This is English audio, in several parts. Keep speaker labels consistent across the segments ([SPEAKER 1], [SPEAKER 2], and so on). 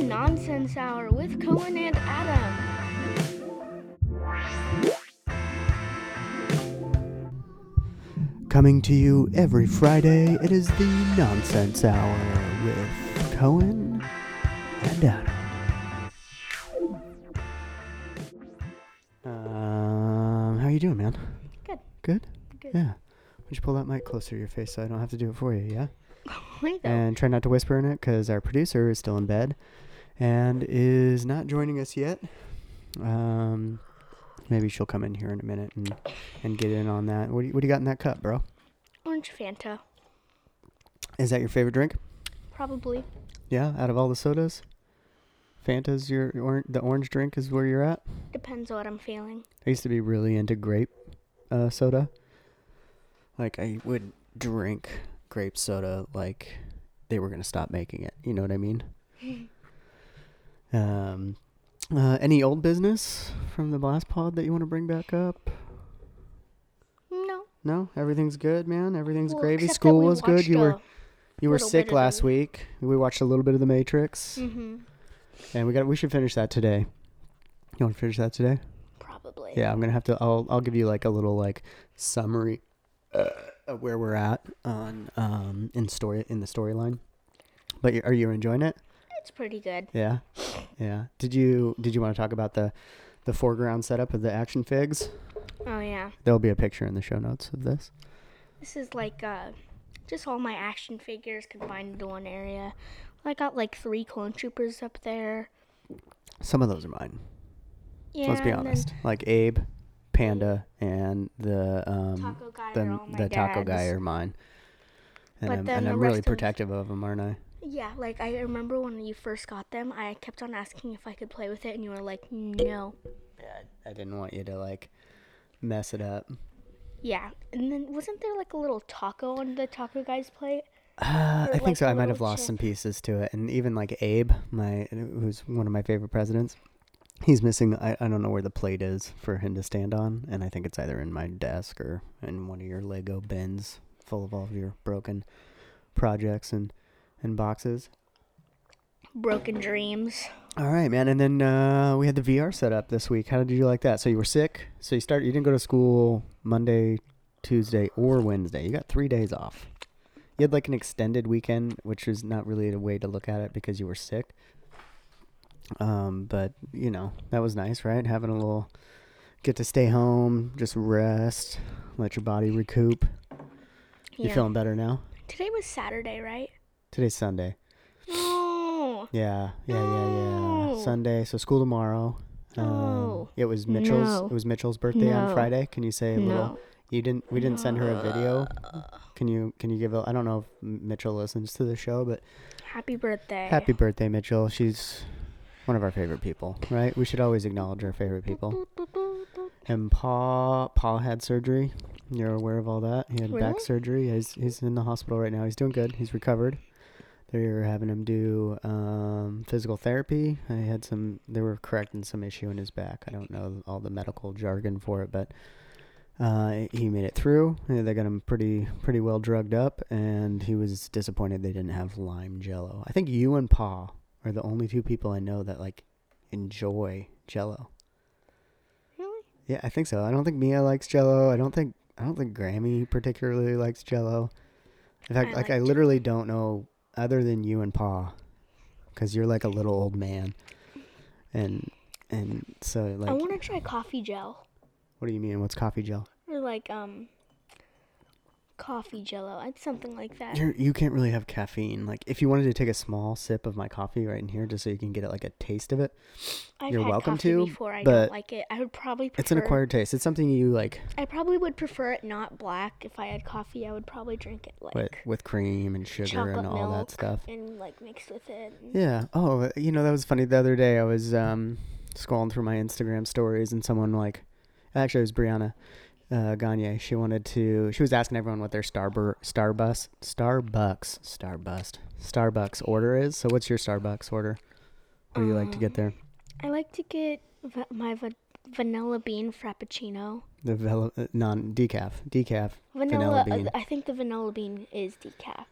[SPEAKER 1] Nonsense Hour with Cohen and Adam.
[SPEAKER 2] Coming to you every Friday, it is the Nonsense Hour with Cohen and Adam. Um, how you doing, man?
[SPEAKER 1] Good.
[SPEAKER 2] Good.
[SPEAKER 1] Good.
[SPEAKER 2] Yeah. Would you pull that mic closer to your face so I don't have to do it for you? Yeah.
[SPEAKER 1] Wait, though.
[SPEAKER 2] And try not to whisper in it because our producer is still in bed and is not joining us yet. Um, maybe she'll come in here in a minute and, and get in on that. What do, you, what do you got in that cup, bro?
[SPEAKER 1] Orange Fanta,
[SPEAKER 2] Is that your favorite drink?
[SPEAKER 1] probably.
[SPEAKER 2] Yeah, out of all the sodas, Fanta's your, your or- the orange drink is where you're at.
[SPEAKER 1] Depends on what I'm feeling.
[SPEAKER 2] I used to be really into grape uh, soda. Like I would drink grape soda like they were gonna stop making it. You know what I mean? um, uh, any old business from the last pod that you want to bring back up?
[SPEAKER 1] No.
[SPEAKER 2] No, everything's good, man. Everything's
[SPEAKER 1] Well,
[SPEAKER 2] gravy.
[SPEAKER 1] except that
[SPEAKER 2] School
[SPEAKER 1] we
[SPEAKER 2] was good.
[SPEAKER 1] watched uh,
[SPEAKER 2] You were
[SPEAKER 1] a-
[SPEAKER 2] you were
[SPEAKER 1] little bit
[SPEAKER 2] sick
[SPEAKER 1] of
[SPEAKER 2] last
[SPEAKER 1] the-
[SPEAKER 2] week. We watched a little bit of The Matrix,
[SPEAKER 1] Mhm.
[SPEAKER 2] and we got we should finish that today. You want to finish that today?
[SPEAKER 1] Probably.
[SPEAKER 2] yeah i'm gonna have to i'll i'll give you like a little like summary uh, of where we're at on um in story in the storyline but you- are you enjoying it
[SPEAKER 1] It's pretty good.
[SPEAKER 2] yeah yeah did you did you want to talk about the the foreground setup of the action figs
[SPEAKER 1] Oh, yeah.
[SPEAKER 2] there'll be a picture in the show notes of this
[SPEAKER 1] This is like uh, just all my action figures combined into one area. I got like three clone troopers up there.
[SPEAKER 2] some of those are mine
[SPEAKER 1] Yeah,
[SPEAKER 2] let's be
[SPEAKER 1] and then
[SPEAKER 2] honest like abe panda and the um
[SPEAKER 1] Taco guy,
[SPEAKER 2] the,
[SPEAKER 1] they're all oh my
[SPEAKER 2] the taco guy
[SPEAKER 1] dad's.
[SPEAKER 2] are mine and
[SPEAKER 1] But
[SPEAKER 2] i'm,
[SPEAKER 1] then
[SPEAKER 2] and
[SPEAKER 1] the
[SPEAKER 2] I'm really
[SPEAKER 1] rest of-
[SPEAKER 2] protective of them aren't i
[SPEAKER 1] Yeah, like I remember when you first got them, I kept on asking if I could play with it, and you were like, no.
[SPEAKER 2] yeah, I didn't want you to like mess it up.
[SPEAKER 1] Yeah, and then wasn't there like a little taco on the taco guy's plate?
[SPEAKER 2] Uh, I
[SPEAKER 1] Or,
[SPEAKER 2] think
[SPEAKER 1] like,
[SPEAKER 2] so.
[SPEAKER 1] a
[SPEAKER 2] I might have
[SPEAKER 1] little
[SPEAKER 2] lost
[SPEAKER 1] chip.
[SPEAKER 2] some pieces to it, and even like Abe, my who's one of my favorite presidents, he's missing. I, I don't know where the plate is for him to stand on, and I think it's either in my desk or in one of your Lego bins full of all of your broken projects and and boxes.
[SPEAKER 1] Broken dreams.
[SPEAKER 2] All right, man. And then uh, we had the VR set up this week. How did you like that? So you were sick. So you start. You didn't go to school Monday, Tuesday, or Wednesday. You got three days off. You had like an extended weekend, which is not really a way to look at it because you were sick. Um, but you know that was nice, right? Having a little get to stay home, just rest, let your body recoup.
[SPEAKER 1] Yeah.
[SPEAKER 2] You're feeling better now.
[SPEAKER 1] Today was Saturday, right?
[SPEAKER 2] Today's Sunday.
[SPEAKER 1] No.
[SPEAKER 2] Yeah, yeah, yeah,
[SPEAKER 1] No.
[SPEAKER 2] yeah. Sunday, so school tomorrow. Um,
[SPEAKER 1] No.
[SPEAKER 2] it was Mitchell's.
[SPEAKER 1] No.
[SPEAKER 2] It was Mitchell's birthday on
[SPEAKER 1] No.
[SPEAKER 2] Friday. Can you say a
[SPEAKER 1] No.
[SPEAKER 2] little? You didn't. We didn't send her a video. Can you? Can you give? A, I don't know if M- Mitchell listens to the show, but
[SPEAKER 1] Happy birthday.
[SPEAKER 2] happy birthday, Mitchell. She's one of our favorite people, right? We should always acknowledge our favorite people. And Pa, Pa had surgery. You're aware of all that. He had back
[SPEAKER 1] Really?
[SPEAKER 2] surgery. He's he's in the hospital right now. He's doing good. He's recovered. They're having him do um, physical therapy. I had some. They were correcting some issue in his back. I don't know all the medical jargon for it, but uh, he made it through. Uh, They got him pretty pretty well drugged up, and he was disappointed they didn't have lime jello. I think you and Pa are the only two people I know that like enjoy jello.
[SPEAKER 1] Really?
[SPEAKER 2] Yeah, I think so. I don't think Mia likes Jello. I don't think I don't think Grammy particularly likes Jello. In fact,
[SPEAKER 1] I
[SPEAKER 2] like
[SPEAKER 1] like
[SPEAKER 2] I literally don't know other than you and Pa, because you're like a little old man, and and so like
[SPEAKER 1] I want to try coffee gel
[SPEAKER 2] what do you mean? What's coffee gel?
[SPEAKER 1] or like um coffee jello. I'd something like that.
[SPEAKER 2] You're, you can't really have caffeine. Like if you wanted to take a small sip of my coffee right in here, just so you can get it like a taste of it,
[SPEAKER 1] I've
[SPEAKER 2] you're
[SPEAKER 1] had
[SPEAKER 2] welcome
[SPEAKER 1] coffee
[SPEAKER 2] to,
[SPEAKER 1] Before I
[SPEAKER 2] but
[SPEAKER 1] don't like it. I would probably prefer.
[SPEAKER 2] it's an acquired taste. It's something you like
[SPEAKER 1] I probably would prefer it not black. If I had coffee, I would probably drink it like
[SPEAKER 2] with with cream and sugar
[SPEAKER 1] chocolate
[SPEAKER 2] and all
[SPEAKER 1] milk
[SPEAKER 2] that stuff.
[SPEAKER 1] and like mixed with it. and-
[SPEAKER 2] Yeah. Oh, you know that was funny. The other day I was um, scrolling through my Instagram stories, and someone like, actually it was Brianna uh, Gagne. She wanted to. She was asking everyone what their Starbur, Starbucks, Starbucks, Starbust, Starbucks order is. So, what's your Starbucks order? What do you like to get
[SPEAKER 1] Um.
[SPEAKER 2] there?
[SPEAKER 1] I like to get va- my va- vanilla bean frappuccino.
[SPEAKER 2] The vel- uh, non decaf, decaf,
[SPEAKER 1] Vanilla,
[SPEAKER 2] bean.
[SPEAKER 1] uh, I think the vanilla bean is decaf.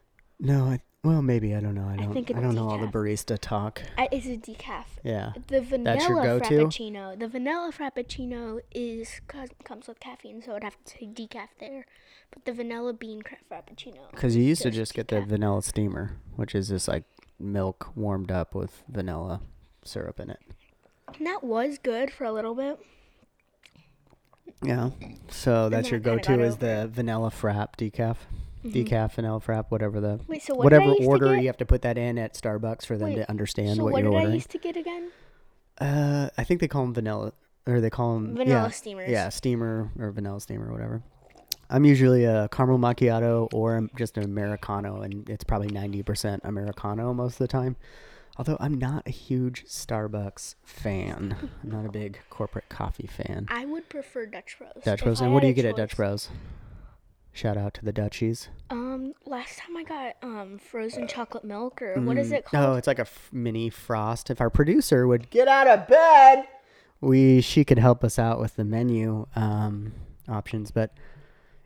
[SPEAKER 2] no, I, Well, maybe I don't know. I don't. I,
[SPEAKER 1] think it's
[SPEAKER 2] don't know all the
[SPEAKER 1] decaf.
[SPEAKER 2] barista talk.
[SPEAKER 1] Uh, It's a decaf.
[SPEAKER 2] Yeah.
[SPEAKER 1] The vanilla
[SPEAKER 2] go-to?
[SPEAKER 1] frappuccino. The vanilla frappuccino is co- comes with caffeine, so I'd have to say decaf there. But the vanilla bean cra- frappuccino.
[SPEAKER 2] Because you used to
[SPEAKER 1] Just
[SPEAKER 2] just get the
[SPEAKER 1] decaf.
[SPEAKER 2] vanilla steamer, which is just like milk warmed up with vanilla syrup in it.
[SPEAKER 1] And that was good for a little bit.
[SPEAKER 2] Yeah. So that's
[SPEAKER 1] then I kinda
[SPEAKER 2] your
[SPEAKER 1] got
[SPEAKER 2] go-to is
[SPEAKER 1] over
[SPEAKER 2] the vanilla frap decaf, decaf vanilla frap, whatever the
[SPEAKER 1] Wait, so Mm-hmm. what did I
[SPEAKER 2] whatever
[SPEAKER 1] used to
[SPEAKER 2] order
[SPEAKER 1] get?
[SPEAKER 2] you have to put that in at Starbucks for them
[SPEAKER 1] Wait,
[SPEAKER 2] to understand
[SPEAKER 1] so
[SPEAKER 2] what,
[SPEAKER 1] what,
[SPEAKER 2] you're
[SPEAKER 1] did I
[SPEAKER 2] ordering.
[SPEAKER 1] used to get again?
[SPEAKER 2] uh, I think they call them vanilla, or they call them
[SPEAKER 1] Vanilla
[SPEAKER 2] yeah,
[SPEAKER 1] steamers.
[SPEAKER 2] Yeah, steamer or vanilla steamer, whatever. I'm usually a caramel macchiato or I'm just an americano, and it's probably 90% americano most of the time. Although I'm not a huge Starbucks fan, I'm not a big corporate coffee fan.
[SPEAKER 1] I would prefer Dutch Rose.
[SPEAKER 2] Dutch
[SPEAKER 1] If
[SPEAKER 2] Bros.
[SPEAKER 1] I
[SPEAKER 2] And what do
[SPEAKER 1] had
[SPEAKER 2] you
[SPEAKER 1] a
[SPEAKER 2] get at Dutch
[SPEAKER 1] choice-
[SPEAKER 2] Bros? Shout out to the Dutchies.
[SPEAKER 1] Um, last time I got um frozen chocolate milk or what is it called?
[SPEAKER 2] Oh, it's like a f- mini frost. If our producer would get out of bed, we she could help us out with the menu um, options. But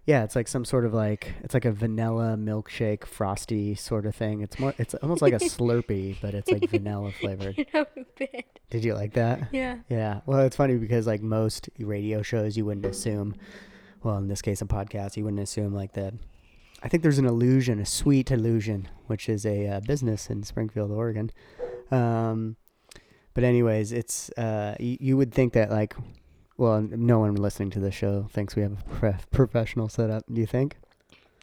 [SPEAKER 2] yeah, it's like some sort of like it's like a vanilla milkshake frosty sort of thing. It's more it's almost like a Slurpee, but it's like vanilla flavored.
[SPEAKER 1] Out of bed.
[SPEAKER 2] Did you like that?
[SPEAKER 1] Yeah.
[SPEAKER 2] Yeah. Well, it's funny because like most radio shows, you wouldn't assume. Well, in this case, a podcast, you wouldn't assume like the. I think there's an illusion, a sweet illusion, which is a uh, business in Springfield, Oregon. Um, but anyways, it's uh, you, you would think that like, well, no one listening to this show thinks we have a prof- professional setup. Do you think?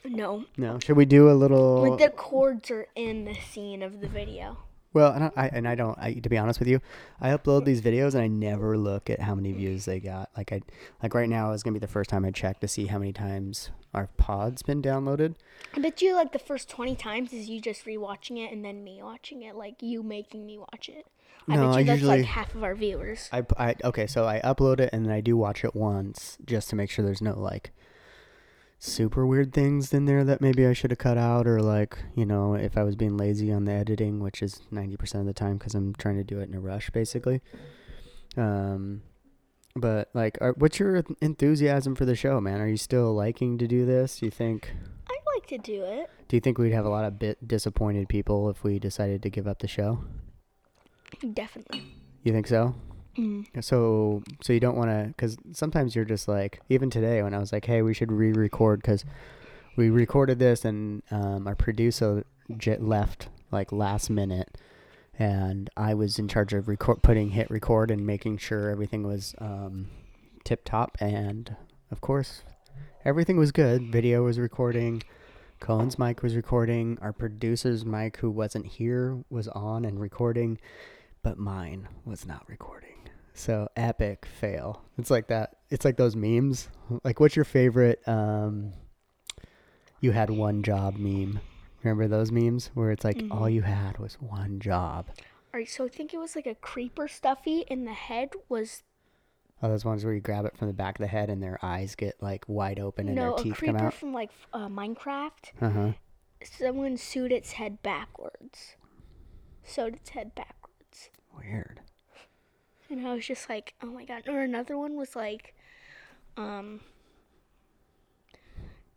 [SPEAKER 1] No.
[SPEAKER 2] No. Should we do a little?
[SPEAKER 1] Like the chords are in the scene of the video.
[SPEAKER 2] Well, and I and I don't. I, to be honest with you, I upload these videos and I never look at how many views they got. Like I, like right now is gonna be the first time I check to see how many times our pod's been downloaded.
[SPEAKER 1] I bet you like the first 20 times is you just rewatching it and then me watching it, like you making me watch it. I
[SPEAKER 2] No,
[SPEAKER 1] bet you
[SPEAKER 2] I
[SPEAKER 1] that's
[SPEAKER 2] usually-
[SPEAKER 1] like half of our viewers.
[SPEAKER 2] I, I okay, so I upload it and then I do watch it once just to make sure there's no like super weird things in there that maybe I should have cut out or like you know if I was being lazy on the editing, which is ninety percent of the time because I'm trying to do it in a rush basically. Um, but like, are, what's your enthusiasm for the show, man? Are you still liking to do this? Do you think?
[SPEAKER 1] I like to do it.
[SPEAKER 2] Do you think we'd have a lot of bit disappointed people if we decided to give up the show?
[SPEAKER 1] Definitely.
[SPEAKER 2] You think so?
[SPEAKER 1] Mm.
[SPEAKER 2] So, so you don't want to, because sometimes you're just like, even today when I was like, hey, we should re-record because we recorded this and um, our producer j- left like last minute, and I was in charge of record, putting hit record and making sure everything was um, tip top, and of course, everything was good. Video was recording. Cohen's mic was recording. Our producer's mic, who wasn't here, was on and recording, but mine was not recording. So epic fail. It's like that. It's like those memes. Like, what's your favorite? Um, you had one job meme. Remember those memes where it's like all
[SPEAKER 1] Mm-hmm.
[SPEAKER 2] you had was one job.
[SPEAKER 1] All right, so I think it was like a creeper stuffy, and the head was
[SPEAKER 2] Oh, those ones where you grab it from the back of the head and their eyes get like wide open and
[SPEAKER 1] no
[SPEAKER 2] their
[SPEAKER 1] a
[SPEAKER 2] teeth come
[SPEAKER 1] creeper
[SPEAKER 2] out.
[SPEAKER 1] from like f- uh, Minecraft.
[SPEAKER 2] Uh huh.
[SPEAKER 1] Someone sewed its head backwards, sewed its head backwards,
[SPEAKER 2] Weird.
[SPEAKER 1] and I was just like, oh my god. Or another one was like, um.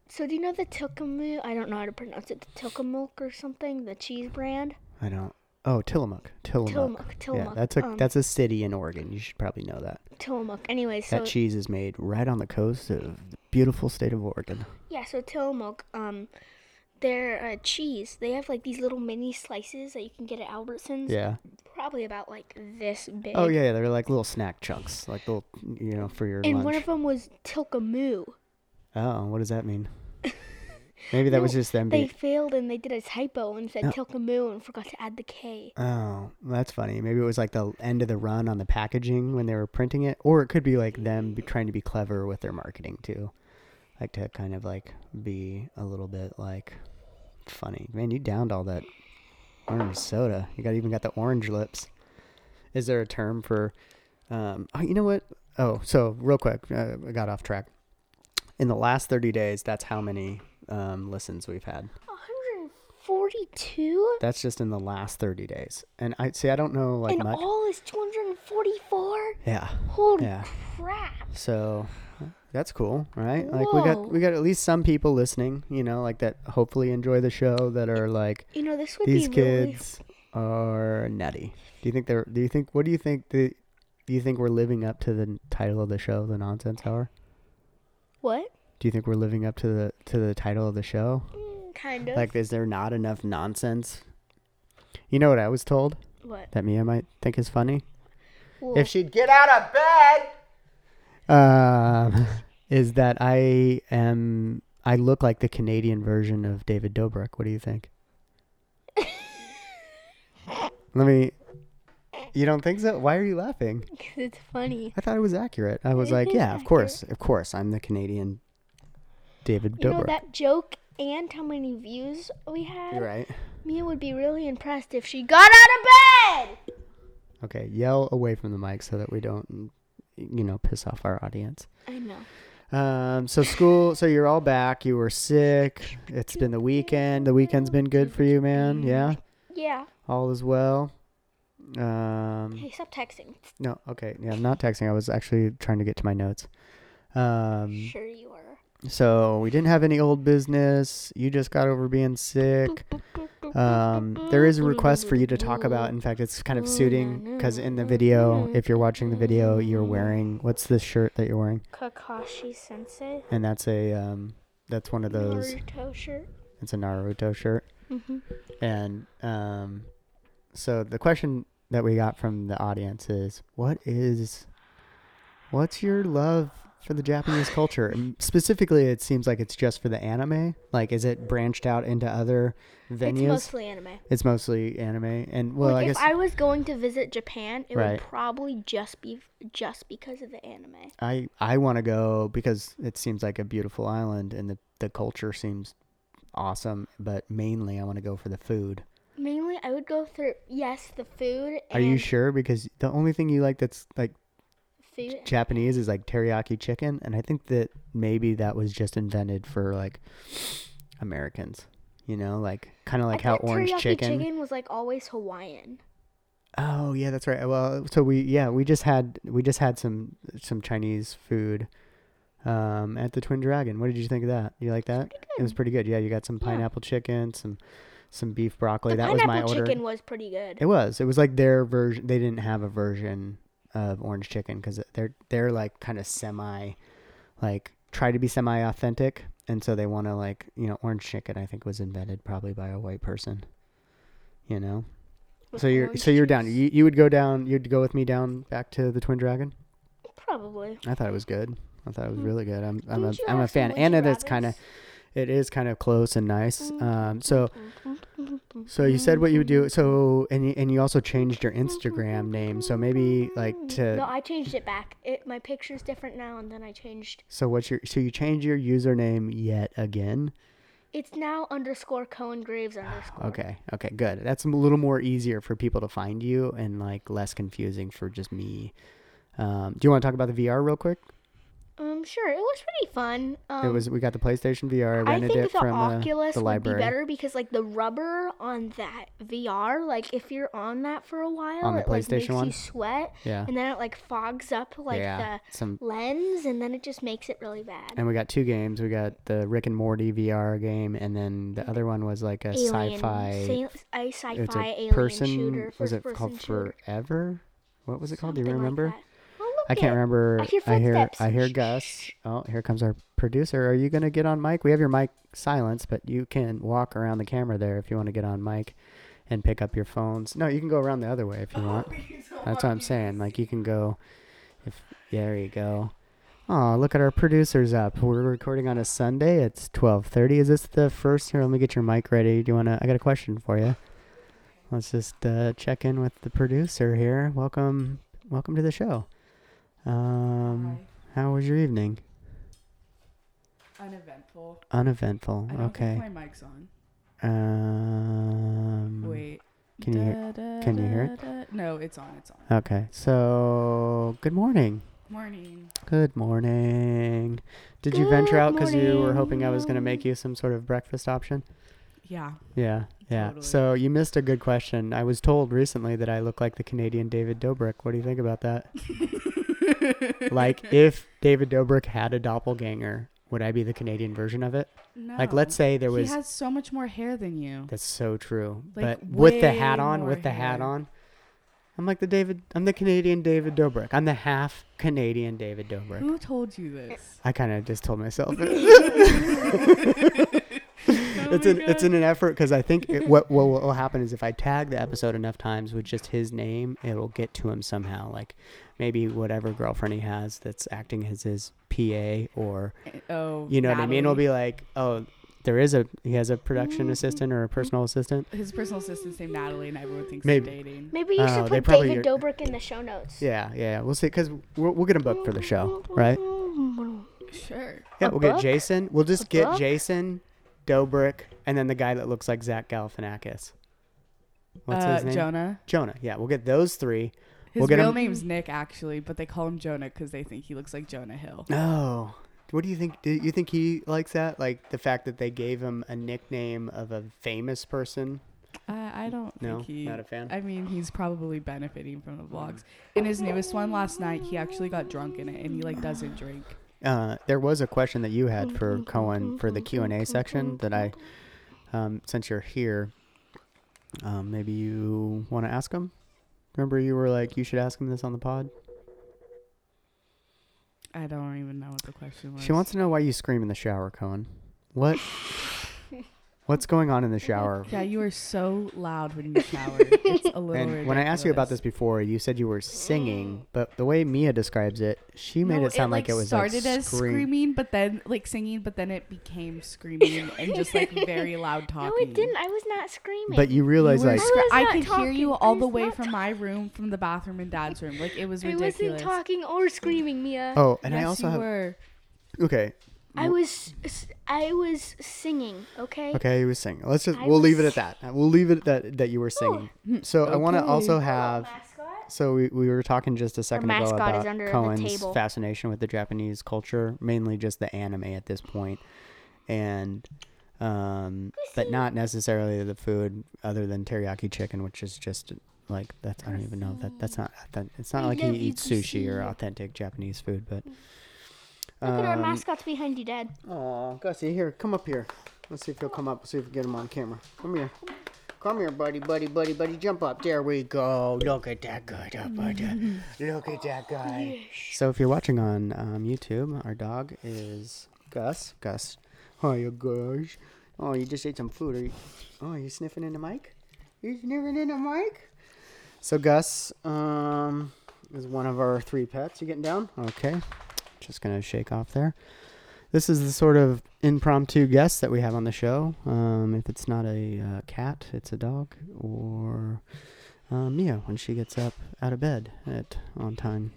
[SPEAKER 1] So do you know the Tilkamilk? I don't know how to pronounce it. The Tilkamilk or something, the cheese brand.
[SPEAKER 2] I don't. Oh, Tillamook. Tillamook.
[SPEAKER 1] Tillamook. Tillamook.
[SPEAKER 2] Yeah, that's a
[SPEAKER 1] um,
[SPEAKER 2] that's a city in Oregon. You should probably know that.
[SPEAKER 1] Tillamook. Anyway, so
[SPEAKER 2] that cheese is made right on the coast of the beautiful state of Oregon.
[SPEAKER 1] Yeah, so Tillamook, um, their uh, cheese, they have like these little mini slices that you can get at Albertsons.
[SPEAKER 2] Yeah.
[SPEAKER 1] Probably about like this big.
[SPEAKER 2] Oh yeah, yeah, they're like little snack chunks, like little, you know, for your
[SPEAKER 1] And
[SPEAKER 2] lunch.
[SPEAKER 1] one of them was Tilkamoo.
[SPEAKER 2] oh, what does that mean? Maybe that was
[SPEAKER 1] No,
[SPEAKER 2] just them.
[SPEAKER 1] They
[SPEAKER 2] Being,
[SPEAKER 1] failed and they did a typo and said Tilkamoo and forgot to add the K.
[SPEAKER 2] oh, that's funny. Maybe it was like the end of the run on the packaging when they were printing it, or it could be like them be trying to be clever with their marketing too, like to kind of like be a little bit like funny. Man, you downed all that orange soda. You got even got the orange lips. Is there a term for? Um, oh, you know what? Oh, so real quick, uh, I got off track. In the last thirty days, that's how many um, listens we've had.
[SPEAKER 1] 142?
[SPEAKER 2] That's just in the last thirty days. And I see. I don't know like
[SPEAKER 1] and
[SPEAKER 2] much.
[SPEAKER 1] all is 244?
[SPEAKER 2] yeah,
[SPEAKER 1] Holy
[SPEAKER 2] yeah.
[SPEAKER 1] crap.
[SPEAKER 2] So That's cool, right? Like we got we got at least some people listening, you know, like that hopefully enjoy the show that are like
[SPEAKER 1] You know, this would
[SPEAKER 2] these
[SPEAKER 1] be really-
[SPEAKER 2] kids are nutty. Do you think they're do you think what do you think the do you think we're living up to the n- title of the show, The Nonsense Hour?
[SPEAKER 1] what?
[SPEAKER 2] Do you think we're living up to the to the title of the show?
[SPEAKER 1] Mm, kind of.
[SPEAKER 2] Like is there not enough nonsense? You know what I was told
[SPEAKER 1] what?
[SPEAKER 2] that Mia might think is funny?
[SPEAKER 1] Well,
[SPEAKER 2] if she'd get out of bed, um, is that I am I look like the Canadian version of David Dobrik. What do you think? Let me. You don't think so? Why are you laughing?
[SPEAKER 1] 'cause it's funny.
[SPEAKER 2] I thought it was accurate. I was
[SPEAKER 1] It
[SPEAKER 2] like,
[SPEAKER 1] is
[SPEAKER 2] yeah, of course, of course, I'm the Canadian David
[SPEAKER 1] You know
[SPEAKER 2] Dobrik.
[SPEAKER 1] that joke and how many views we had.
[SPEAKER 2] You're right.
[SPEAKER 1] Mia would be really impressed if she got out of bed.
[SPEAKER 2] Okay, yell away from the mic so that we don't, you know, piss off our audience.
[SPEAKER 1] I know.
[SPEAKER 2] Um, so school, so you're all back. You were sick. It's been the weekend. The weekend's been good for you, man. Yeah,
[SPEAKER 1] Yeah.
[SPEAKER 2] all is well. Um,
[SPEAKER 1] Hey, stop texting.
[SPEAKER 2] no, okay, yeah, I'm not texting. I was actually trying to get to my notes. Um,
[SPEAKER 1] Sure you are.
[SPEAKER 2] so we didn't have any old business. You just got over being sick. Um, there is a request for you to talk about. In fact, it's kind of suiting because in the video, if you're watching the video, you're wearing what's this shirt that you're wearing?
[SPEAKER 1] Kakashi Sensei
[SPEAKER 2] And that's a um, that's one of those.
[SPEAKER 1] Naruto shirt.
[SPEAKER 2] It's a Naruto shirt.
[SPEAKER 1] Mhm.
[SPEAKER 2] And um, so the question that we got from the audience is, what is, what's your love for the Japanese culture? And specifically, it seems like it's just for the anime. Like, is it branched out into other
[SPEAKER 1] It's
[SPEAKER 2] venues? It's,
[SPEAKER 1] mostly anime.
[SPEAKER 2] mostly anime, and well,
[SPEAKER 1] like
[SPEAKER 2] I
[SPEAKER 1] if
[SPEAKER 2] guess
[SPEAKER 1] I was going to visit Japan, it
[SPEAKER 2] Right.
[SPEAKER 1] would probably just be just because of the anime.
[SPEAKER 2] I I want to go because it seems like a beautiful island, and the the culture seems awesome. But mainly, I want to go for the food.
[SPEAKER 1] Mainly, I would go through yes, the food
[SPEAKER 2] Are
[SPEAKER 1] and
[SPEAKER 2] you sure? Because the only thing you like that's like
[SPEAKER 1] food.
[SPEAKER 2] Japanese is like teriyaki chicken, and I think that maybe that was just invented for like Americans. You know, like kind of like
[SPEAKER 1] I
[SPEAKER 2] how
[SPEAKER 1] thought
[SPEAKER 2] orange
[SPEAKER 1] teriyaki
[SPEAKER 2] chicken.
[SPEAKER 1] was like always Hawaiian.
[SPEAKER 2] Oh yeah, that's right. Well, so we yeah we just had we just had some some Chinese food um, at the Twin Dragon. What did you think of that? You like that? It was pretty good. Yeah, you got some
[SPEAKER 1] Yeah.
[SPEAKER 2] pineapple chicken, some some beef broccoli.
[SPEAKER 1] the
[SPEAKER 2] that was
[SPEAKER 1] pineapple
[SPEAKER 2] my order.
[SPEAKER 1] chicken was pretty good.
[SPEAKER 2] It was. It was like their version. They didn't have a version of orange chicken because they're they're like kind of semi, like try to be semi authentic, and so they want to like you know orange chicken. I think was invented probably by a white person. You know,
[SPEAKER 1] with
[SPEAKER 2] so you're
[SPEAKER 1] orange
[SPEAKER 2] so you're down.
[SPEAKER 1] juice.
[SPEAKER 2] You you would go down. You'd go with me down back to the Twin Dragon.
[SPEAKER 1] Probably.
[SPEAKER 2] I thought it was good. I thought it
[SPEAKER 1] Hmm.
[SPEAKER 2] was really good. I'm I'm
[SPEAKER 1] Didn't you
[SPEAKER 2] a I'm a
[SPEAKER 1] have some
[SPEAKER 2] fan,
[SPEAKER 1] would
[SPEAKER 2] and
[SPEAKER 1] you
[SPEAKER 2] it is kind of
[SPEAKER 1] rathers?
[SPEAKER 2] it is kind of close and nice.
[SPEAKER 1] Mm.
[SPEAKER 2] Um, so. So you said what you would do. So and you, and you also changed your Instagram name. So maybe like to.
[SPEAKER 1] No, I changed it back. It, my picture's different now, and then I changed.
[SPEAKER 2] So what's your? So you changed your username yet again?
[SPEAKER 1] It's now underscore Cohen Graves underscore.
[SPEAKER 2] Okay. Okay. Good. That's a little more easier for people to find you and like less confusing for just me. Um, do you want to talk about the VR real quick?
[SPEAKER 1] Um, sure. It was pretty fun. Um,
[SPEAKER 2] it was we got the PlayStation VR. I
[SPEAKER 1] I
[SPEAKER 2] rented
[SPEAKER 1] think the
[SPEAKER 2] it from uh,
[SPEAKER 1] Oculus
[SPEAKER 2] the
[SPEAKER 1] would be
[SPEAKER 2] library
[SPEAKER 1] better because like the rubber on that VR, like if you're on that for a while,
[SPEAKER 2] On the
[SPEAKER 1] it like makes
[SPEAKER 2] PlayStation one?
[SPEAKER 1] you sweat,
[SPEAKER 2] Yeah.
[SPEAKER 1] and then it like fogs up like
[SPEAKER 2] yeah.
[SPEAKER 1] the
[SPEAKER 2] Some
[SPEAKER 1] lens, and then it just makes it really bad.
[SPEAKER 2] and we got two games. We got the Rick and Morty VR game, and then the other one was like a sci-fi.
[SPEAKER 1] alien, sci- a sci-fi
[SPEAKER 2] it's a
[SPEAKER 1] alien
[SPEAKER 2] person
[SPEAKER 1] shooter. First
[SPEAKER 2] was it
[SPEAKER 1] person
[SPEAKER 2] called
[SPEAKER 1] shooter,
[SPEAKER 2] forever what was it called do
[SPEAKER 1] something
[SPEAKER 2] you
[SPEAKER 1] like
[SPEAKER 2] remember
[SPEAKER 1] that. Oh, look
[SPEAKER 2] i can't
[SPEAKER 1] it.
[SPEAKER 2] remember
[SPEAKER 1] I hear
[SPEAKER 2] hear
[SPEAKER 1] footsteps.
[SPEAKER 2] i hear
[SPEAKER 1] Shh,
[SPEAKER 2] gus oh here comes our producer are you going to get on mic we have your mic silenced but you can walk around the camera there if you want to get on mic and pick up your phones no you can go around the other way if you
[SPEAKER 1] Oh,
[SPEAKER 2] want that's what i'm saying like you can go if there you go Oh, look at our producers up. We're recording on a Sunday. It's twelve thirty. Is this the first? Here, let me get your mic ready. Do you wanna? I got a question for you. Let's just uh, check in with the producer here. Welcome, welcome to the show. Um, how was your evening?
[SPEAKER 3] Uneventful.
[SPEAKER 2] Uneventful.
[SPEAKER 3] I don't
[SPEAKER 2] Okay.
[SPEAKER 3] think my mic's on.
[SPEAKER 2] Um,
[SPEAKER 3] Wait.
[SPEAKER 2] can you hear- can you hear it?
[SPEAKER 3] it? No, it's on. It's on.
[SPEAKER 2] Okay. So, good morning.
[SPEAKER 3] Morning.
[SPEAKER 2] Good morning. Did you venture
[SPEAKER 1] Good
[SPEAKER 2] out because you were hoping I was
[SPEAKER 1] morning.
[SPEAKER 2] gonna make you some sort of breakfast option?
[SPEAKER 3] Yeah.
[SPEAKER 2] Yeah, yeah.
[SPEAKER 3] Totally.
[SPEAKER 2] So you missed a good question. I was told recently that I look like the Canadian David Dobrik. What do you think about that? like if David Dobrik had a doppelganger, would I be the Canadian version of it?
[SPEAKER 3] no.
[SPEAKER 2] Like let's say there was
[SPEAKER 3] He has so much more hair than you.
[SPEAKER 2] that's so true.
[SPEAKER 3] Like,
[SPEAKER 2] but with the
[SPEAKER 3] way
[SPEAKER 2] hat on,
[SPEAKER 3] more
[SPEAKER 2] with the hat
[SPEAKER 3] hair.
[SPEAKER 2] on, I'm like the David I'm the Canadian David Dobrik. I'm the half Canadian David Dobrik.
[SPEAKER 3] Who told you this?
[SPEAKER 2] I kind of just told myself it.
[SPEAKER 3] Oh
[SPEAKER 2] it's
[SPEAKER 3] my
[SPEAKER 2] an it's
[SPEAKER 3] God.
[SPEAKER 2] in an effort because I think it, what what will happen is if I tag the episode enough times with just his name, it'll get to him somehow. Like maybe whatever girlfriend he has that's acting as his PA, or
[SPEAKER 3] oh,
[SPEAKER 2] you know what I mean. It'll
[SPEAKER 3] Natalie. Mm-hmm.
[SPEAKER 2] be like, oh, there is a he has a production assistant or a personal assistant.
[SPEAKER 3] his personal assistant's named Natalie, and everyone thinks
[SPEAKER 2] Maybe.
[SPEAKER 3] they're dating.
[SPEAKER 1] Maybe you
[SPEAKER 2] Oh,
[SPEAKER 1] should
[SPEAKER 2] they
[SPEAKER 1] put
[SPEAKER 2] probably
[SPEAKER 1] David
[SPEAKER 2] are-
[SPEAKER 1] Dobrik in the show notes.
[SPEAKER 2] Yeah, yeah. We'll see because we'll, we'll get him booked for the show, right?
[SPEAKER 1] Mm.
[SPEAKER 3] Sure.
[SPEAKER 2] Yeah,
[SPEAKER 1] A
[SPEAKER 2] we'll get
[SPEAKER 1] book?
[SPEAKER 2] Jason. We'll just
[SPEAKER 1] A
[SPEAKER 2] get
[SPEAKER 1] book?
[SPEAKER 2] Jason Dobrik and then the guy that looks like Zach Galifianakis. What's
[SPEAKER 3] uh,
[SPEAKER 2] his name?
[SPEAKER 3] Jonah.
[SPEAKER 2] Jonah. Yeah, we'll get those three.
[SPEAKER 3] His
[SPEAKER 2] We'll get
[SPEAKER 3] real
[SPEAKER 2] him-
[SPEAKER 3] name's Nick, actually, but they call him Jonah because they think he looks like Jonah Hill.
[SPEAKER 2] No. Oh. What do you think? Do you think he likes that? Like the fact that they gave him a nickname of a famous person?
[SPEAKER 3] I, I don't
[SPEAKER 2] No,
[SPEAKER 3] think he.
[SPEAKER 2] not a fan.
[SPEAKER 3] I mean, he's probably benefiting from the vlogs. In his newest one last night, he actually got drunk in it, and he like doesn't drink.
[SPEAKER 2] Uh, there was a question that you
[SPEAKER 3] Mm,
[SPEAKER 2] had for Cohen for the Q and A section that I, um, since you're here, um, maybe you want to ask him. Remember, you were like, you should ask him this on the pod.
[SPEAKER 3] I don't even know what the question was.
[SPEAKER 2] She wants to know why you scream in the shower, Cohen. What? What's going on in the shower?
[SPEAKER 3] Yeah, you are so loud when you shower. It's a little. Mm.
[SPEAKER 2] And when I asked you about this before, you said you were singing, but the way Mia describes it, she made
[SPEAKER 3] No,
[SPEAKER 2] it sound like, it was
[SPEAKER 3] started
[SPEAKER 2] like
[SPEAKER 3] as
[SPEAKER 2] scream-
[SPEAKER 3] screaming, but then like singing, but then it became screaming and just like very loud talking.
[SPEAKER 1] No, it didn't. I was not screaming.
[SPEAKER 2] But you realize
[SPEAKER 3] You were
[SPEAKER 2] like
[SPEAKER 1] I
[SPEAKER 3] scr-
[SPEAKER 1] was
[SPEAKER 3] I
[SPEAKER 1] not
[SPEAKER 3] could hear you
[SPEAKER 1] talking. I
[SPEAKER 3] all the
[SPEAKER 1] was
[SPEAKER 3] way
[SPEAKER 1] not
[SPEAKER 3] from my room, from the bathroom and dad's room. Like it was
[SPEAKER 1] I
[SPEAKER 3] ridiculous.
[SPEAKER 1] wasn't talking or screaming, Mia.
[SPEAKER 2] oh, and I
[SPEAKER 3] Yes,
[SPEAKER 2] also
[SPEAKER 3] you
[SPEAKER 2] have
[SPEAKER 3] were.
[SPEAKER 2] okay,
[SPEAKER 1] I was, s- I was singing. Okay.
[SPEAKER 2] okay. You were singing. Let's just
[SPEAKER 1] I
[SPEAKER 2] we'll leave it at
[SPEAKER 1] was-
[SPEAKER 2] that. We'll leave it at that that you were singing. So I want to
[SPEAKER 3] Okay.
[SPEAKER 2] also have. So we, we were talking just a second ago
[SPEAKER 1] mascot is
[SPEAKER 2] about
[SPEAKER 1] under the
[SPEAKER 2] Cohen's
[SPEAKER 1] table.
[SPEAKER 2] fascination with the Japanese culture, mainly just the anime at this point, and um, but not necessarily the food, other than teriyaki chicken, which is just like that's I don't even know if that that's not that, it's not
[SPEAKER 1] I
[SPEAKER 2] like he
[SPEAKER 1] love you,
[SPEAKER 2] eats sushi or
[SPEAKER 1] Gussie.
[SPEAKER 2] authentic Japanese food, but
[SPEAKER 1] Look at our
[SPEAKER 2] um,
[SPEAKER 1] mascots behind you, Dad.
[SPEAKER 2] Oh, Gussie, here, come up here. Let's see if he'll come up. see if we get him on camera. Come here. Come here, buddy, buddy, buddy, buddy. Jump up. There we go. Look at that guy. up at that- Look at that guy. So, if you're watching on um, YouTube, our dog is Gus. Gus. Hiya, Gus. Oh, you just ate some food. Are you? Oh, you sniffing in the mic? You sniffing in the mic? So, Gus um, is one of our three pets. You getting down? Okay. Just gonna shake off there this is the sort of impromptu guest that we have on the show. Um, if it's not a uh, cat, it's a dog or uh, Mia when she gets up out of bed at on time.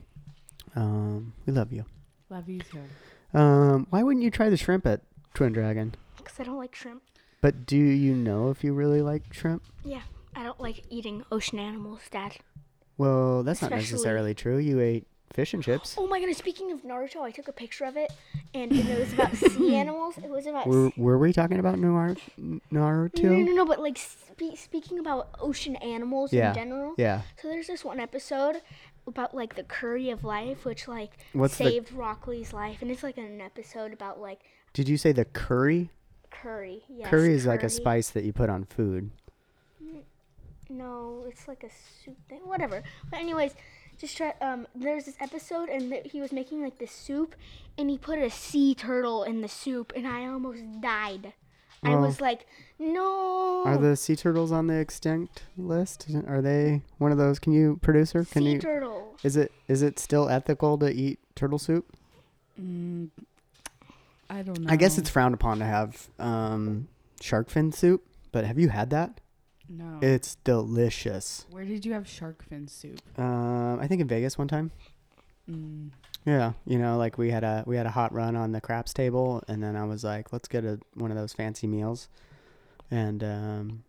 [SPEAKER 2] Um, we love you.
[SPEAKER 3] Love you too.
[SPEAKER 2] Um, why wouldn't you try the shrimp at Twin Dragon?
[SPEAKER 1] Because I don't like shrimp.
[SPEAKER 2] But do you know if you really like shrimp?
[SPEAKER 1] Yeah, I don't like eating ocean animals, Dad.
[SPEAKER 2] Well, that's not
[SPEAKER 1] Especially-
[SPEAKER 2] necessarily true. You ate fish and chips.
[SPEAKER 1] Oh my goodness! Speaking of Naruto, I took a picture of it, and it was about sea animals. It was about.
[SPEAKER 2] Were,
[SPEAKER 1] sea-
[SPEAKER 2] were we talking about Naruto? Naruto?
[SPEAKER 1] no, no, no, but like spe- speaking about ocean animals
[SPEAKER 2] yeah.
[SPEAKER 1] in general.
[SPEAKER 2] Yeah.
[SPEAKER 1] So there's this one episode about like the curry of life, which like
[SPEAKER 2] What's the-
[SPEAKER 1] saved Rockley's life, and it's like an episode about like
[SPEAKER 2] Did you say the curry?
[SPEAKER 1] curry. Yes,
[SPEAKER 2] curry is like a
[SPEAKER 1] curry.
[SPEAKER 2] spice that you put on food.
[SPEAKER 1] No, it's like a soup thing. Whatever. But anyways, just try. Um, there's this episode, and th- he was making like this soup, and he put a sea turtle in the soup, and I almost died. I
[SPEAKER 2] Oh.
[SPEAKER 1] was like, no.
[SPEAKER 2] Are the sea turtles on the extinct list? Are they one of those? Can you producer? Can
[SPEAKER 1] sea
[SPEAKER 2] you? Oh,
[SPEAKER 1] turtle?
[SPEAKER 2] Is it is it still ethical to eat turtle soup?
[SPEAKER 3] Mm, I don't know.
[SPEAKER 2] I guess it's frowned upon to have um, shark fin soup, but have you had that?
[SPEAKER 3] no.
[SPEAKER 2] It's delicious.
[SPEAKER 3] Where did you have shark fin soup?
[SPEAKER 2] Um, I think in Vegas one time.
[SPEAKER 3] Mm.
[SPEAKER 2] Yeah, you know, like we had a we had a hot run on the craps table, and then I was like, let's get a one of those fancy meals, and um,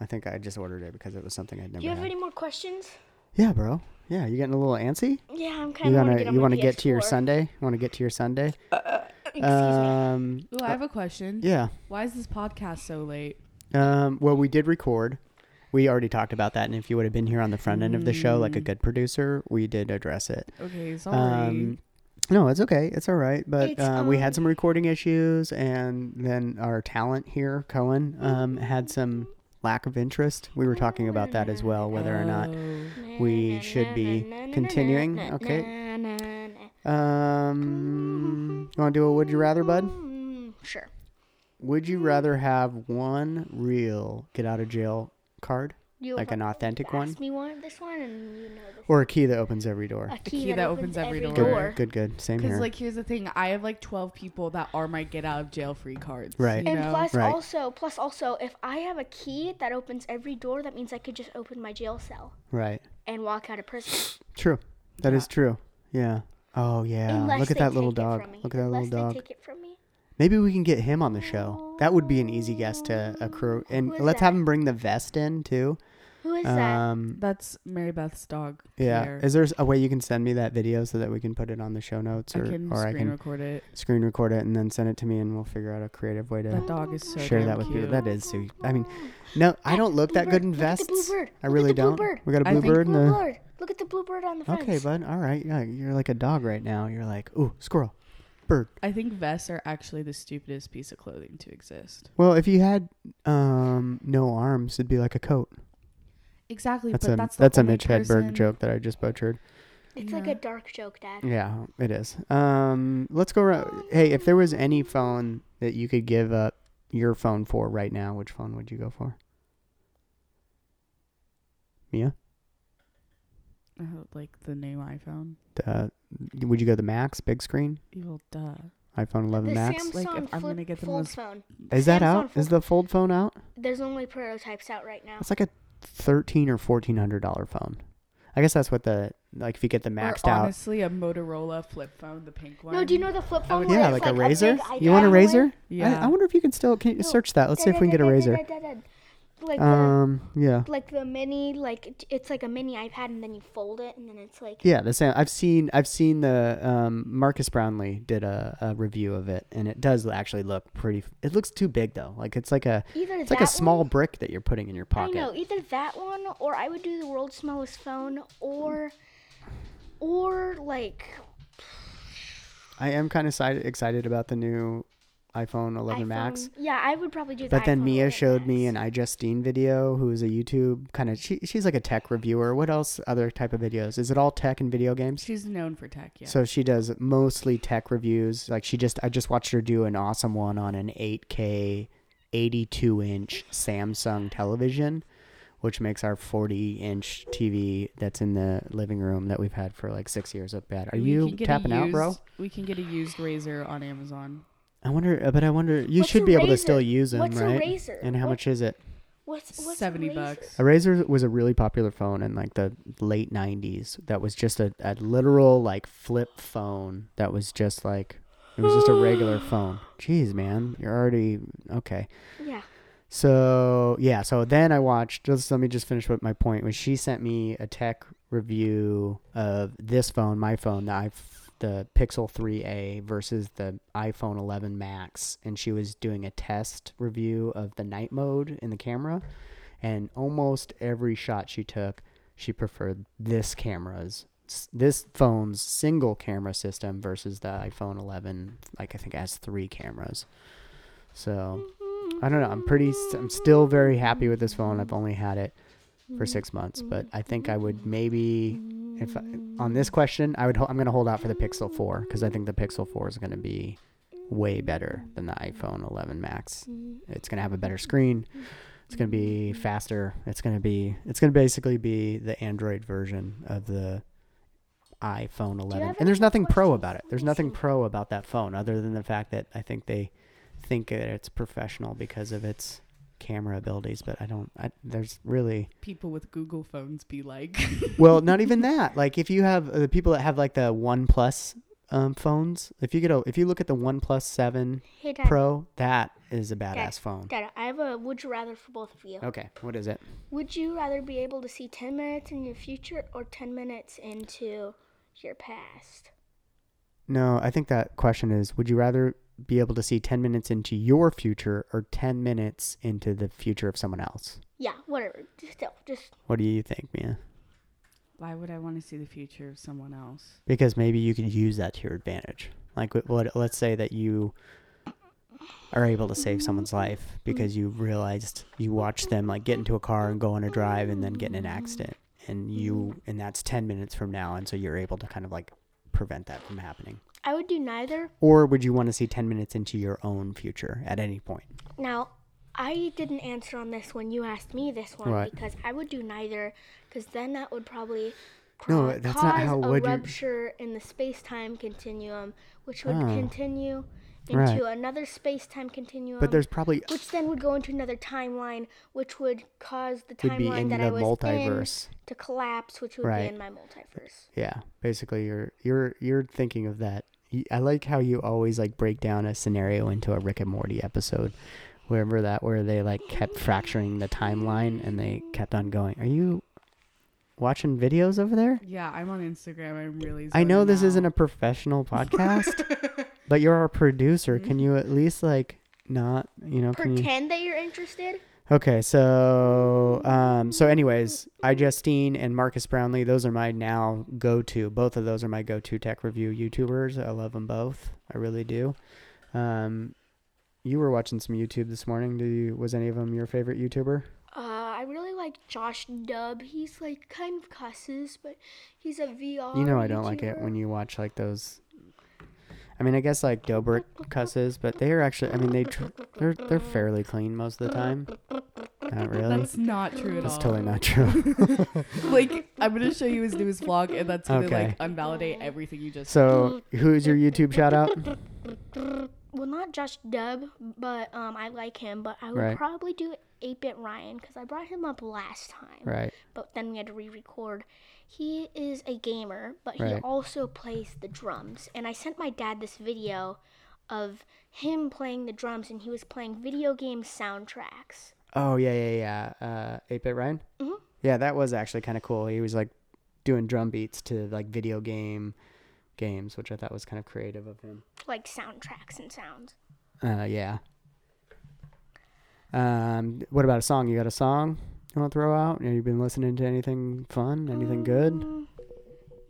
[SPEAKER 2] I think I just ordered it because it was something I'd never
[SPEAKER 1] Do you have
[SPEAKER 2] had.
[SPEAKER 1] any more questions?
[SPEAKER 2] yeah, bro. Yeah, you getting a little antsy?
[SPEAKER 1] Yeah, I'm kind
[SPEAKER 2] You
[SPEAKER 1] of.
[SPEAKER 2] wanna
[SPEAKER 1] get on
[SPEAKER 2] you
[SPEAKER 1] my
[SPEAKER 2] wanna get to your
[SPEAKER 1] PS4.
[SPEAKER 2] Sunday? You wanna get to your Sunday?
[SPEAKER 1] Uh, Excuse me.
[SPEAKER 2] Um,
[SPEAKER 3] Ooh, I have a question.
[SPEAKER 2] yeah.
[SPEAKER 3] Why is this podcast so late?
[SPEAKER 2] Um, well, we did record, we already talked about that, and if you would have been here on the front end of the show,
[SPEAKER 1] Mm.
[SPEAKER 2] like a good producer, we did address it.
[SPEAKER 3] Okay, sorry.
[SPEAKER 2] Um, no, it's okay. It's all right. But
[SPEAKER 1] It's,
[SPEAKER 2] uh, we had
[SPEAKER 1] um,
[SPEAKER 2] some recording issues, and then our talent here, Cohen, um, had some lack of interest. We were talking about that as well, whether or not.
[SPEAKER 3] Oh.
[SPEAKER 2] we should be continuing. Okay. Um, you want to do a would you rather, bud?
[SPEAKER 1] Mm, Sure.
[SPEAKER 2] Would you rather have one real get out of jail card,
[SPEAKER 1] You
[SPEAKER 2] like an authentic one,
[SPEAKER 1] Ask me one of this one, and you know this.
[SPEAKER 2] or a key that opens every door?
[SPEAKER 1] A
[SPEAKER 3] key that opens every
[SPEAKER 2] Good,
[SPEAKER 3] door.
[SPEAKER 2] good, good. Same
[SPEAKER 3] Because
[SPEAKER 2] here.
[SPEAKER 3] like here's the thing, I have like twelve people that are my get out of jail free cards.
[SPEAKER 2] Right.
[SPEAKER 3] You
[SPEAKER 1] And
[SPEAKER 3] know?
[SPEAKER 1] plus
[SPEAKER 2] Right.
[SPEAKER 1] also, plus also, if I have a key that opens every door, that means I could just open my jail cell
[SPEAKER 2] right.
[SPEAKER 1] and walk out of prison.
[SPEAKER 2] True. That is
[SPEAKER 3] Yeah.
[SPEAKER 2] true. Yeah. Oh yeah.
[SPEAKER 1] Unless
[SPEAKER 2] Look at
[SPEAKER 1] they
[SPEAKER 2] that little
[SPEAKER 1] take it
[SPEAKER 2] dog.
[SPEAKER 1] from me.
[SPEAKER 2] Look at that
[SPEAKER 1] Unless
[SPEAKER 2] little dog.
[SPEAKER 1] They take it from me.
[SPEAKER 2] Maybe we can get him on the show. That would be an easy guest to accrue. And
[SPEAKER 1] Who is
[SPEAKER 2] let's have
[SPEAKER 1] that?
[SPEAKER 2] him bring the vest in too.
[SPEAKER 1] Who is that?
[SPEAKER 2] Um,
[SPEAKER 3] That's Mary Beth's dog.
[SPEAKER 2] yeah.
[SPEAKER 3] Claire.
[SPEAKER 2] Is there a way you can send me that video so that we can put it on the show notes,
[SPEAKER 3] I
[SPEAKER 2] or
[SPEAKER 3] can
[SPEAKER 2] or I
[SPEAKER 3] screen
[SPEAKER 2] can
[SPEAKER 3] record it.
[SPEAKER 2] screen record it and then send it to me, and we'll figure out a creative way to
[SPEAKER 3] That dog is so
[SPEAKER 2] share
[SPEAKER 3] damn
[SPEAKER 2] that with
[SPEAKER 3] cute.
[SPEAKER 2] people. That is so. I mean, no, I
[SPEAKER 1] That
[SPEAKER 2] don't look that
[SPEAKER 1] blue
[SPEAKER 2] good
[SPEAKER 1] bird.
[SPEAKER 2] in
[SPEAKER 1] Look at the blue
[SPEAKER 2] vests.
[SPEAKER 1] bird.
[SPEAKER 2] I
[SPEAKER 1] Look at
[SPEAKER 2] really
[SPEAKER 1] the blue
[SPEAKER 2] don't.
[SPEAKER 1] bird.
[SPEAKER 2] We got a
[SPEAKER 3] I
[SPEAKER 2] blue
[SPEAKER 3] think-
[SPEAKER 2] bird and
[SPEAKER 1] Blue
[SPEAKER 2] a.
[SPEAKER 1] bird. Look at the blue bird on the fence.
[SPEAKER 2] Okay, bud. All right. Yeah, you're like a dog right now. You're like, ooh, squirrel, bird.
[SPEAKER 3] I think vests are actually the stupidest piece of clothing to exist.
[SPEAKER 2] Well, if you had um, no arms, it'd be like a coat.
[SPEAKER 3] Exactly,
[SPEAKER 2] That's
[SPEAKER 3] but
[SPEAKER 2] a
[SPEAKER 3] that's
[SPEAKER 2] that's,
[SPEAKER 3] the
[SPEAKER 2] a
[SPEAKER 3] only
[SPEAKER 2] Mitch Hedberg
[SPEAKER 3] person-
[SPEAKER 2] joke that I just butchered.
[SPEAKER 1] It's like
[SPEAKER 3] Yeah.
[SPEAKER 1] a dark joke, Dad.
[SPEAKER 2] Yeah, it is. Um, let's go. Ra- hey, if there was any phone that you could give up your phone for right now, which phone would you go for? Mia,
[SPEAKER 3] I hope, Oh, like the new iPhone.
[SPEAKER 2] the, would you go the Max big screen
[SPEAKER 3] Evil duh.
[SPEAKER 2] iPhone 11
[SPEAKER 1] The
[SPEAKER 2] Max?
[SPEAKER 1] Samsung
[SPEAKER 3] Like, if I'm
[SPEAKER 1] flip
[SPEAKER 3] gonna get the
[SPEAKER 1] fold
[SPEAKER 3] most-
[SPEAKER 1] phone.
[SPEAKER 2] is that
[SPEAKER 1] Samsung
[SPEAKER 2] out? Is
[SPEAKER 1] fold-
[SPEAKER 2] the fold phone out?
[SPEAKER 1] There's only prototypes out right now.
[SPEAKER 2] It's like a thirteen or fourteen hundred dollar phone. I guess that's what the like if you get the maxed
[SPEAKER 3] or
[SPEAKER 2] out.
[SPEAKER 3] honestly a Motorola flip phone, the pink one.
[SPEAKER 1] No, do you know the flip phone?
[SPEAKER 3] would-
[SPEAKER 1] where
[SPEAKER 2] Yeah,
[SPEAKER 1] it's
[SPEAKER 2] like a
[SPEAKER 1] big
[SPEAKER 2] razor. You
[SPEAKER 1] icon
[SPEAKER 2] want a
[SPEAKER 1] with-
[SPEAKER 2] razor?
[SPEAKER 3] Yeah.
[SPEAKER 2] I, I wonder if you can still can you
[SPEAKER 1] No.
[SPEAKER 2] search that. Let's see if we can get a razor.
[SPEAKER 1] Like the,
[SPEAKER 2] Um, yeah,
[SPEAKER 1] like the mini, like it- it's like a mini iPad, and then you fold it, and then it's like
[SPEAKER 2] yeah. The same. I've seen. I've seen the um, Marcus Brownlee did a, a review of it, and it does actually look pretty. It looks too big though. Like it's like a
[SPEAKER 1] either
[SPEAKER 2] it's
[SPEAKER 1] that
[SPEAKER 2] like a small
[SPEAKER 1] One,
[SPEAKER 2] brick that you're putting in your
[SPEAKER 1] I
[SPEAKER 2] pocket.
[SPEAKER 1] know either that one, or I would do the world's smallest phone, or or like
[SPEAKER 2] I am kind of side- excited about the new iPhone 11 Max.
[SPEAKER 1] iPhone. Yeah, I would probably do. The
[SPEAKER 2] But then
[SPEAKER 1] iPhone
[SPEAKER 2] Mia
[SPEAKER 1] 11
[SPEAKER 2] showed me
[SPEAKER 1] Max.
[SPEAKER 2] an I Justine video, who is a YouTube kind of. She, she's like a tech reviewer. What else? Other type of videos? Is it all tech and video games?
[SPEAKER 3] She's known for tech, yeah.
[SPEAKER 2] So she does mostly tech reviews. Like she just, I just watched her do an awesome one on an 8K, 82 inch Samsung television, which makes our 40 inch TV that's in the living room that we've had for like six years look bad. Are
[SPEAKER 3] We
[SPEAKER 2] you
[SPEAKER 3] can get a
[SPEAKER 2] tapping out, bro?
[SPEAKER 3] used- We can get a used razor on Amazon.
[SPEAKER 2] I wonder, uh, but I wonder, you
[SPEAKER 1] What's
[SPEAKER 2] should
[SPEAKER 1] a
[SPEAKER 2] be able to still
[SPEAKER 1] razor?
[SPEAKER 2] use them,
[SPEAKER 1] What's a
[SPEAKER 2] right?
[SPEAKER 1] razor?
[SPEAKER 2] And how
[SPEAKER 1] What-
[SPEAKER 2] much is it?
[SPEAKER 1] what's, what's
[SPEAKER 3] Seventy
[SPEAKER 1] razor?
[SPEAKER 3] bucks.
[SPEAKER 2] A razor was a really popular phone in like the late '90s. That was just a, a literal like flip phone. That was just like it was just a regular phone. Jeez, man, you're already okay.
[SPEAKER 1] Yeah.
[SPEAKER 2] So yeah, so then I watched. Just let me just finish with my point. Was she sent me a tech review of this phone, my phone, the i the Pixel 3a versus the iPhone 11 Max, and she was doing a test review of the night mode in the camera, and almost every shot she took, she preferred this camera's s- this phone's single camera system versus the iPhone 11. Like I think it has three cameras. So.
[SPEAKER 1] Mm,
[SPEAKER 2] I don't know. I'm pretty. s- I'm still very happy with this phone. I've only had it
[SPEAKER 1] Mm-hmm.
[SPEAKER 2] for six months, but I think I would maybe, if I, on this question, I would. ho- I'm gonna hold out for the Pixel 4 because I think the Pixel 4 is gonna be way better than the iPhone 11 Max.
[SPEAKER 1] Mm-hmm.
[SPEAKER 2] It's gonna have a better screen. It's gonna be faster. It's gonna be. It's gonna basically be the Android version of the iPhone 11.
[SPEAKER 1] have
[SPEAKER 2] And there's
[SPEAKER 1] any
[SPEAKER 2] nothing pro
[SPEAKER 1] questions?
[SPEAKER 2] about it.
[SPEAKER 1] Let
[SPEAKER 2] There's
[SPEAKER 1] me
[SPEAKER 2] nothing
[SPEAKER 1] see.
[SPEAKER 2] pro about that phone other than the fact that I think they think that it's professional because of its camera abilities, but I don't. I, there's really
[SPEAKER 3] People with Google phones be like,
[SPEAKER 2] well, not even that. Like if you have uh, the people that have like the One Plus um, phones, if you get a, if you look at the One Plus Seven
[SPEAKER 1] Hey, Dad.
[SPEAKER 2] Pro, that is a badass phone.
[SPEAKER 1] Dad, I have a would you rather for both of you.
[SPEAKER 2] Okay, what is it?
[SPEAKER 1] Would you rather be able to see 10 minutes in your future or 10 minutes into your past?
[SPEAKER 2] No, I think that question is: Would you rather be able to see 10 minutes into your future or 10 minutes into the future of someone else?
[SPEAKER 1] Yeah, whatever. Just still, just
[SPEAKER 2] What do you think, Mia?
[SPEAKER 3] Why would I want to see the future of someone else?
[SPEAKER 2] Because maybe you can use that to your advantage. Like, wh- what, let's say that you are able to save someone's life because you realized you watched them like get into a car and go on a drive and then get in an accident, and you and that's ten minutes from now, and so you're able to kind of like prevent that from happening.
[SPEAKER 1] I would do neither.
[SPEAKER 2] Or would you want to see ten minutes into your own future at any point?
[SPEAKER 1] Now, I didn't answer on this when you asked me this one
[SPEAKER 2] Right.
[SPEAKER 1] because I would do neither because then that would probably
[SPEAKER 2] No,
[SPEAKER 1] ca-
[SPEAKER 2] that's
[SPEAKER 1] cause
[SPEAKER 2] not how
[SPEAKER 1] a
[SPEAKER 2] would you-
[SPEAKER 1] rupture in the space-time continuum, which would
[SPEAKER 2] Oh.
[SPEAKER 1] continue
[SPEAKER 2] Right.
[SPEAKER 1] into another space-time continuum.
[SPEAKER 2] But there's probably
[SPEAKER 1] which then would go into another timeline, which would cause the
[SPEAKER 2] would be
[SPEAKER 1] timeline
[SPEAKER 2] into
[SPEAKER 1] that
[SPEAKER 2] the
[SPEAKER 1] I was
[SPEAKER 2] multiverse.
[SPEAKER 1] in to collapse, which would
[SPEAKER 2] Right.
[SPEAKER 1] be in my multiverse.
[SPEAKER 2] Yeah, basically, you're you're you're thinking of that. Y- I like how you always like break down a scenario into a Rick and Morty episode, wherever that where they like kept fracturing the timeline and they kept on going. Are you watching videos over there?
[SPEAKER 3] Yeah, I'm on Instagram. I'm really.
[SPEAKER 2] I know
[SPEAKER 3] zoning
[SPEAKER 2] this
[SPEAKER 3] out.
[SPEAKER 2] isn't a professional podcast, but you're our producer. Can you at least like not you know? Can you...
[SPEAKER 1] Pretend that you're interested.
[SPEAKER 2] Okay, so um, so anyways, I Justine and Marcus Brownlee, those are my now go to. Both of those are my go to tech review YouTubers. I love them both. I really do. Um, you were watching some YouTube this morning. Do you was any of them your favorite YouTuber?
[SPEAKER 1] Uh, I really like Josh Dubb. He's like kind of cusses, but he's a VR.
[SPEAKER 2] You know I don't like it when you watch like those. I mean, I guess like Dobrik cusses, but they are actually. I mean, they tr- they're they're fairly clean most of the time. Not really.
[SPEAKER 3] That's not true at
[SPEAKER 2] That's
[SPEAKER 3] all.
[SPEAKER 2] totally not true.
[SPEAKER 3] Like I'm gonna show you his newest vlog, and that's gonna
[SPEAKER 2] Okay.
[SPEAKER 3] like invalidate everything you just.
[SPEAKER 2] So, who's your YouTube shout out?
[SPEAKER 1] Well, not Josh Dubb, but um, I like him. But I would
[SPEAKER 2] Right.
[SPEAKER 1] probably do 8-Bit Ryan because I brought him up last time.
[SPEAKER 2] Right.
[SPEAKER 1] But then we had to re-record. He is a gamer, but he
[SPEAKER 2] Right.
[SPEAKER 1] also plays the drums. And I sent my dad this video of him playing the drums, and he was playing video game soundtracks.
[SPEAKER 2] Oh yeah, yeah, yeah. Uh, Eight Bit Ryan.
[SPEAKER 1] Mhm.
[SPEAKER 2] Yeah, that was actually kind of cool. He was like doing drum beats to like video game games, which I thought was kind of creative of him.
[SPEAKER 1] Like soundtracks and sounds.
[SPEAKER 2] Uh, yeah. Um, what about a song? You got a song you want to throw out? Have you been listening to anything fun? Anything good?
[SPEAKER 1] Mm,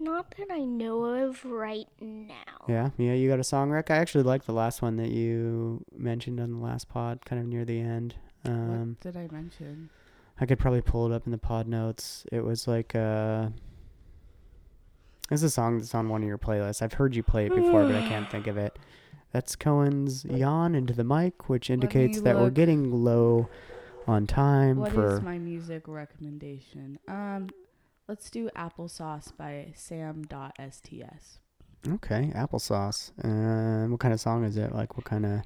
[SPEAKER 1] Not that I know of right now.
[SPEAKER 2] Yeah, yeah. You got a song, Rick? I actually liked the last one that you mentioned on the last pod, kind of near the end. Um,
[SPEAKER 3] what did I mention?
[SPEAKER 2] I could probably pull it up in the pod notes. It was like uh It's a song that's on one of your playlists. I've heard you play it before, but I can't think of it. That's Cohen's yawn into the mic, which indicates
[SPEAKER 3] me
[SPEAKER 2] that we're
[SPEAKER 3] look.
[SPEAKER 2] getting low on time
[SPEAKER 3] What is
[SPEAKER 2] for
[SPEAKER 3] my music recommendation? Um, let's do applesauce by Sam.sts.
[SPEAKER 2] okay applesauce. Um, what kind of song is it? Like, what kind of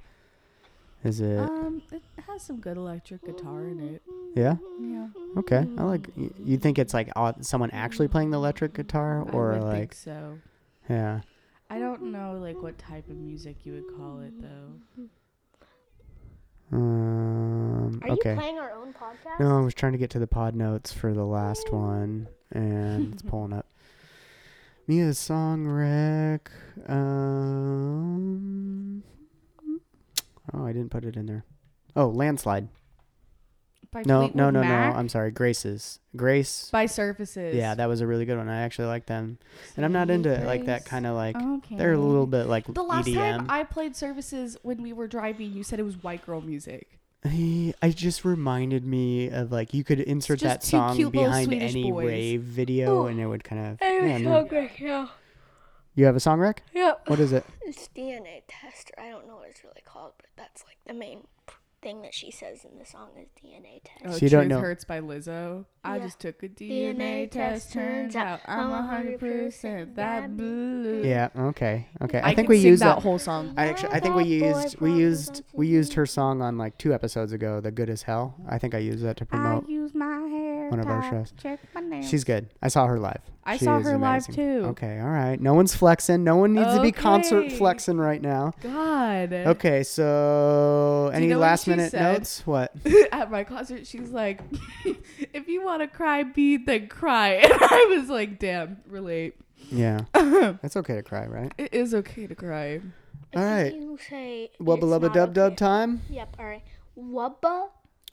[SPEAKER 2] is it?
[SPEAKER 3] Um, it has some good electric guitar in it.
[SPEAKER 2] yeah.
[SPEAKER 3] Yeah,
[SPEAKER 2] Okay. I like. y- You think it's like au- someone actually playing the electric guitar, or
[SPEAKER 3] I would
[SPEAKER 2] like
[SPEAKER 3] think so.
[SPEAKER 2] yeah?
[SPEAKER 3] I don't know like what type of music you would call it though.
[SPEAKER 2] Um,
[SPEAKER 1] Are
[SPEAKER 2] okay.
[SPEAKER 1] you playing our own podcast?
[SPEAKER 2] No, I was trying to get to the pod notes for the last one, and it's pulling up. Mia's song rec. Um, oh, I didn't put it in there. Oh, landslide.
[SPEAKER 3] By
[SPEAKER 2] No,
[SPEAKER 3] Fleetwood
[SPEAKER 2] no, no, no.
[SPEAKER 3] Mac?
[SPEAKER 2] I'm sorry. Grace's. Grace.
[SPEAKER 3] by Surfaces.
[SPEAKER 2] Yeah, that was a really good one. I actually like them, and I'm not into like that kind E of like.
[SPEAKER 3] Okay.
[SPEAKER 2] They're a little bit like
[SPEAKER 3] The last time
[SPEAKER 2] EDM.
[SPEAKER 3] I played Services when we were driving, you said it was white girl music.
[SPEAKER 2] I, I just reminded me of like you could insert
[SPEAKER 3] just
[SPEAKER 2] that
[SPEAKER 3] two
[SPEAKER 2] song
[SPEAKER 3] cute little
[SPEAKER 2] behind
[SPEAKER 3] Swedish
[SPEAKER 2] any
[SPEAKER 3] boys.
[SPEAKER 2] rave video, and it would kind of.
[SPEAKER 3] Oh,
[SPEAKER 1] I was
[SPEAKER 2] yeah, no.
[SPEAKER 1] hungry, yeah.
[SPEAKER 2] You have a song rec?
[SPEAKER 1] Yeah.
[SPEAKER 2] What is it?
[SPEAKER 1] It's DNA tester. I don't know what it's really called, but that's like the main thing that she says in the song is DNA test.
[SPEAKER 3] Oh,
[SPEAKER 2] So you don't
[SPEAKER 3] Truth
[SPEAKER 2] know-
[SPEAKER 3] Hurts by Lizzo. I
[SPEAKER 1] Yeah.
[SPEAKER 3] just took a DNA, test. Turns out I'm a hundred percent that blue.
[SPEAKER 2] Yeah. Okay. Okay. I,
[SPEAKER 3] I,
[SPEAKER 2] think
[SPEAKER 3] can
[SPEAKER 2] we
[SPEAKER 3] sing
[SPEAKER 2] used
[SPEAKER 3] that
[SPEAKER 2] that.
[SPEAKER 3] whole song.
[SPEAKER 2] I actually, I think we
[SPEAKER 1] Yeah, that
[SPEAKER 2] used
[SPEAKER 1] boy
[SPEAKER 2] we used
[SPEAKER 1] promised
[SPEAKER 2] we used her song on like two episodes ago. The good as hell. I think I used that to promote.
[SPEAKER 3] use my hair.
[SPEAKER 2] one of our shows.
[SPEAKER 3] Check my nails.
[SPEAKER 2] She's good. I saw her live.
[SPEAKER 3] I
[SPEAKER 2] She
[SPEAKER 3] saw
[SPEAKER 2] is
[SPEAKER 3] her live
[SPEAKER 2] amazing.
[SPEAKER 3] too.
[SPEAKER 2] Okay. All right. No one's flexing. No one needs to be concert
[SPEAKER 3] Okay.
[SPEAKER 2] flexing right now.
[SPEAKER 3] God.
[SPEAKER 2] Okay. So any
[SPEAKER 3] know what
[SPEAKER 2] last
[SPEAKER 3] she
[SPEAKER 2] minute
[SPEAKER 3] said?
[SPEAKER 2] notes? What?
[SPEAKER 3] At my concert, she's like, "If you want to cry, be then cry." And I was like, "Damn, relate.
[SPEAKER 2] Yeah. It's okay to cry, right?
[SPEAKER 3] It is okay to
[SPEAKER 1] I
[SPEAKER 3] cry."
[SPEAKER 2] All
[SPEAKER 1] think
[SPEAKER 2] right.
[SPEAKER 1] You say
[SPEAKER 2] Wubba
[SPEAKER 1] it's
[SPEAKER 2] lubba
[SPEAKER 1] not
[SPEAKER 2] dub dub
[SPEAKER 1] okay.
[SPEAKER 2] time.
[SPEAKER 1] Yep. All right. Wubba.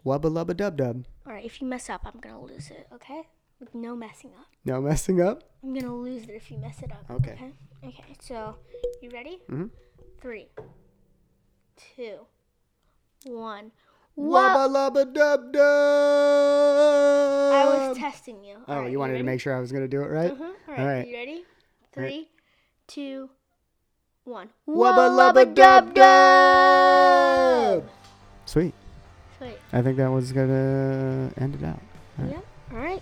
[SPEAKER 2] Wubba lubba dub dub.
[SPEAKER 1] All right. If you mess up, I'm gonna lose it. Okay. With no messing up.
[SPEAKER 2] No messing up.
[SPEAKER 1] I'm gonna lose it if you mess it up.
[SPEAKER 2] Okay.
[SPEAKER 1] Okay. Okay, so you ready?
[SPEAKER 2] Mhm.
[SPEAKER 1] Three, two, one. Whoa!
[SPEAKER 2] Wubba lubba dub dub.
[SPEAKER 1] I was testing you.
[SPEAKER 2] Oh, you wanted to make sure I was gonna do it right?
[SPEAKER 1] hmm All right.
[SPEAKER 2] All right.
[SPEAKER 1] You ready?
[SPEAKER 2] All right.
[SPEAKER 1] Three, two, one.
[SPEAKER 2] Wubba lubba dub dub. Sweet.
[SPEAKER 1] Sweet.
[SPEAKER 2] I think that was gonna end it out. All right.
[SPEAKER 1] Yeah. All right.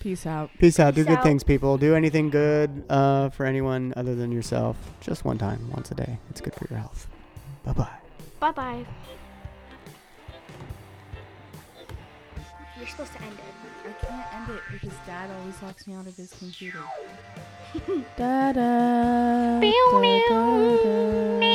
[SPEAKER 3] Peace out.
[SPEAKER 2] Peace out. Do
[SPEAKER 1] Peace
[SPEAKER 2] good
[SPEAKER 1] out.
[SPEAKER 2] things, people. Do anything good uh, for anyone other than yourself. Just one time, once a day. It's good for your health. Bye bye.
[SPEAKER 1] Bye bye. You're supposed to end it.
[SPEAKER 3] I can't end it because Dad always locks me out of his computer. da da. da, da, da.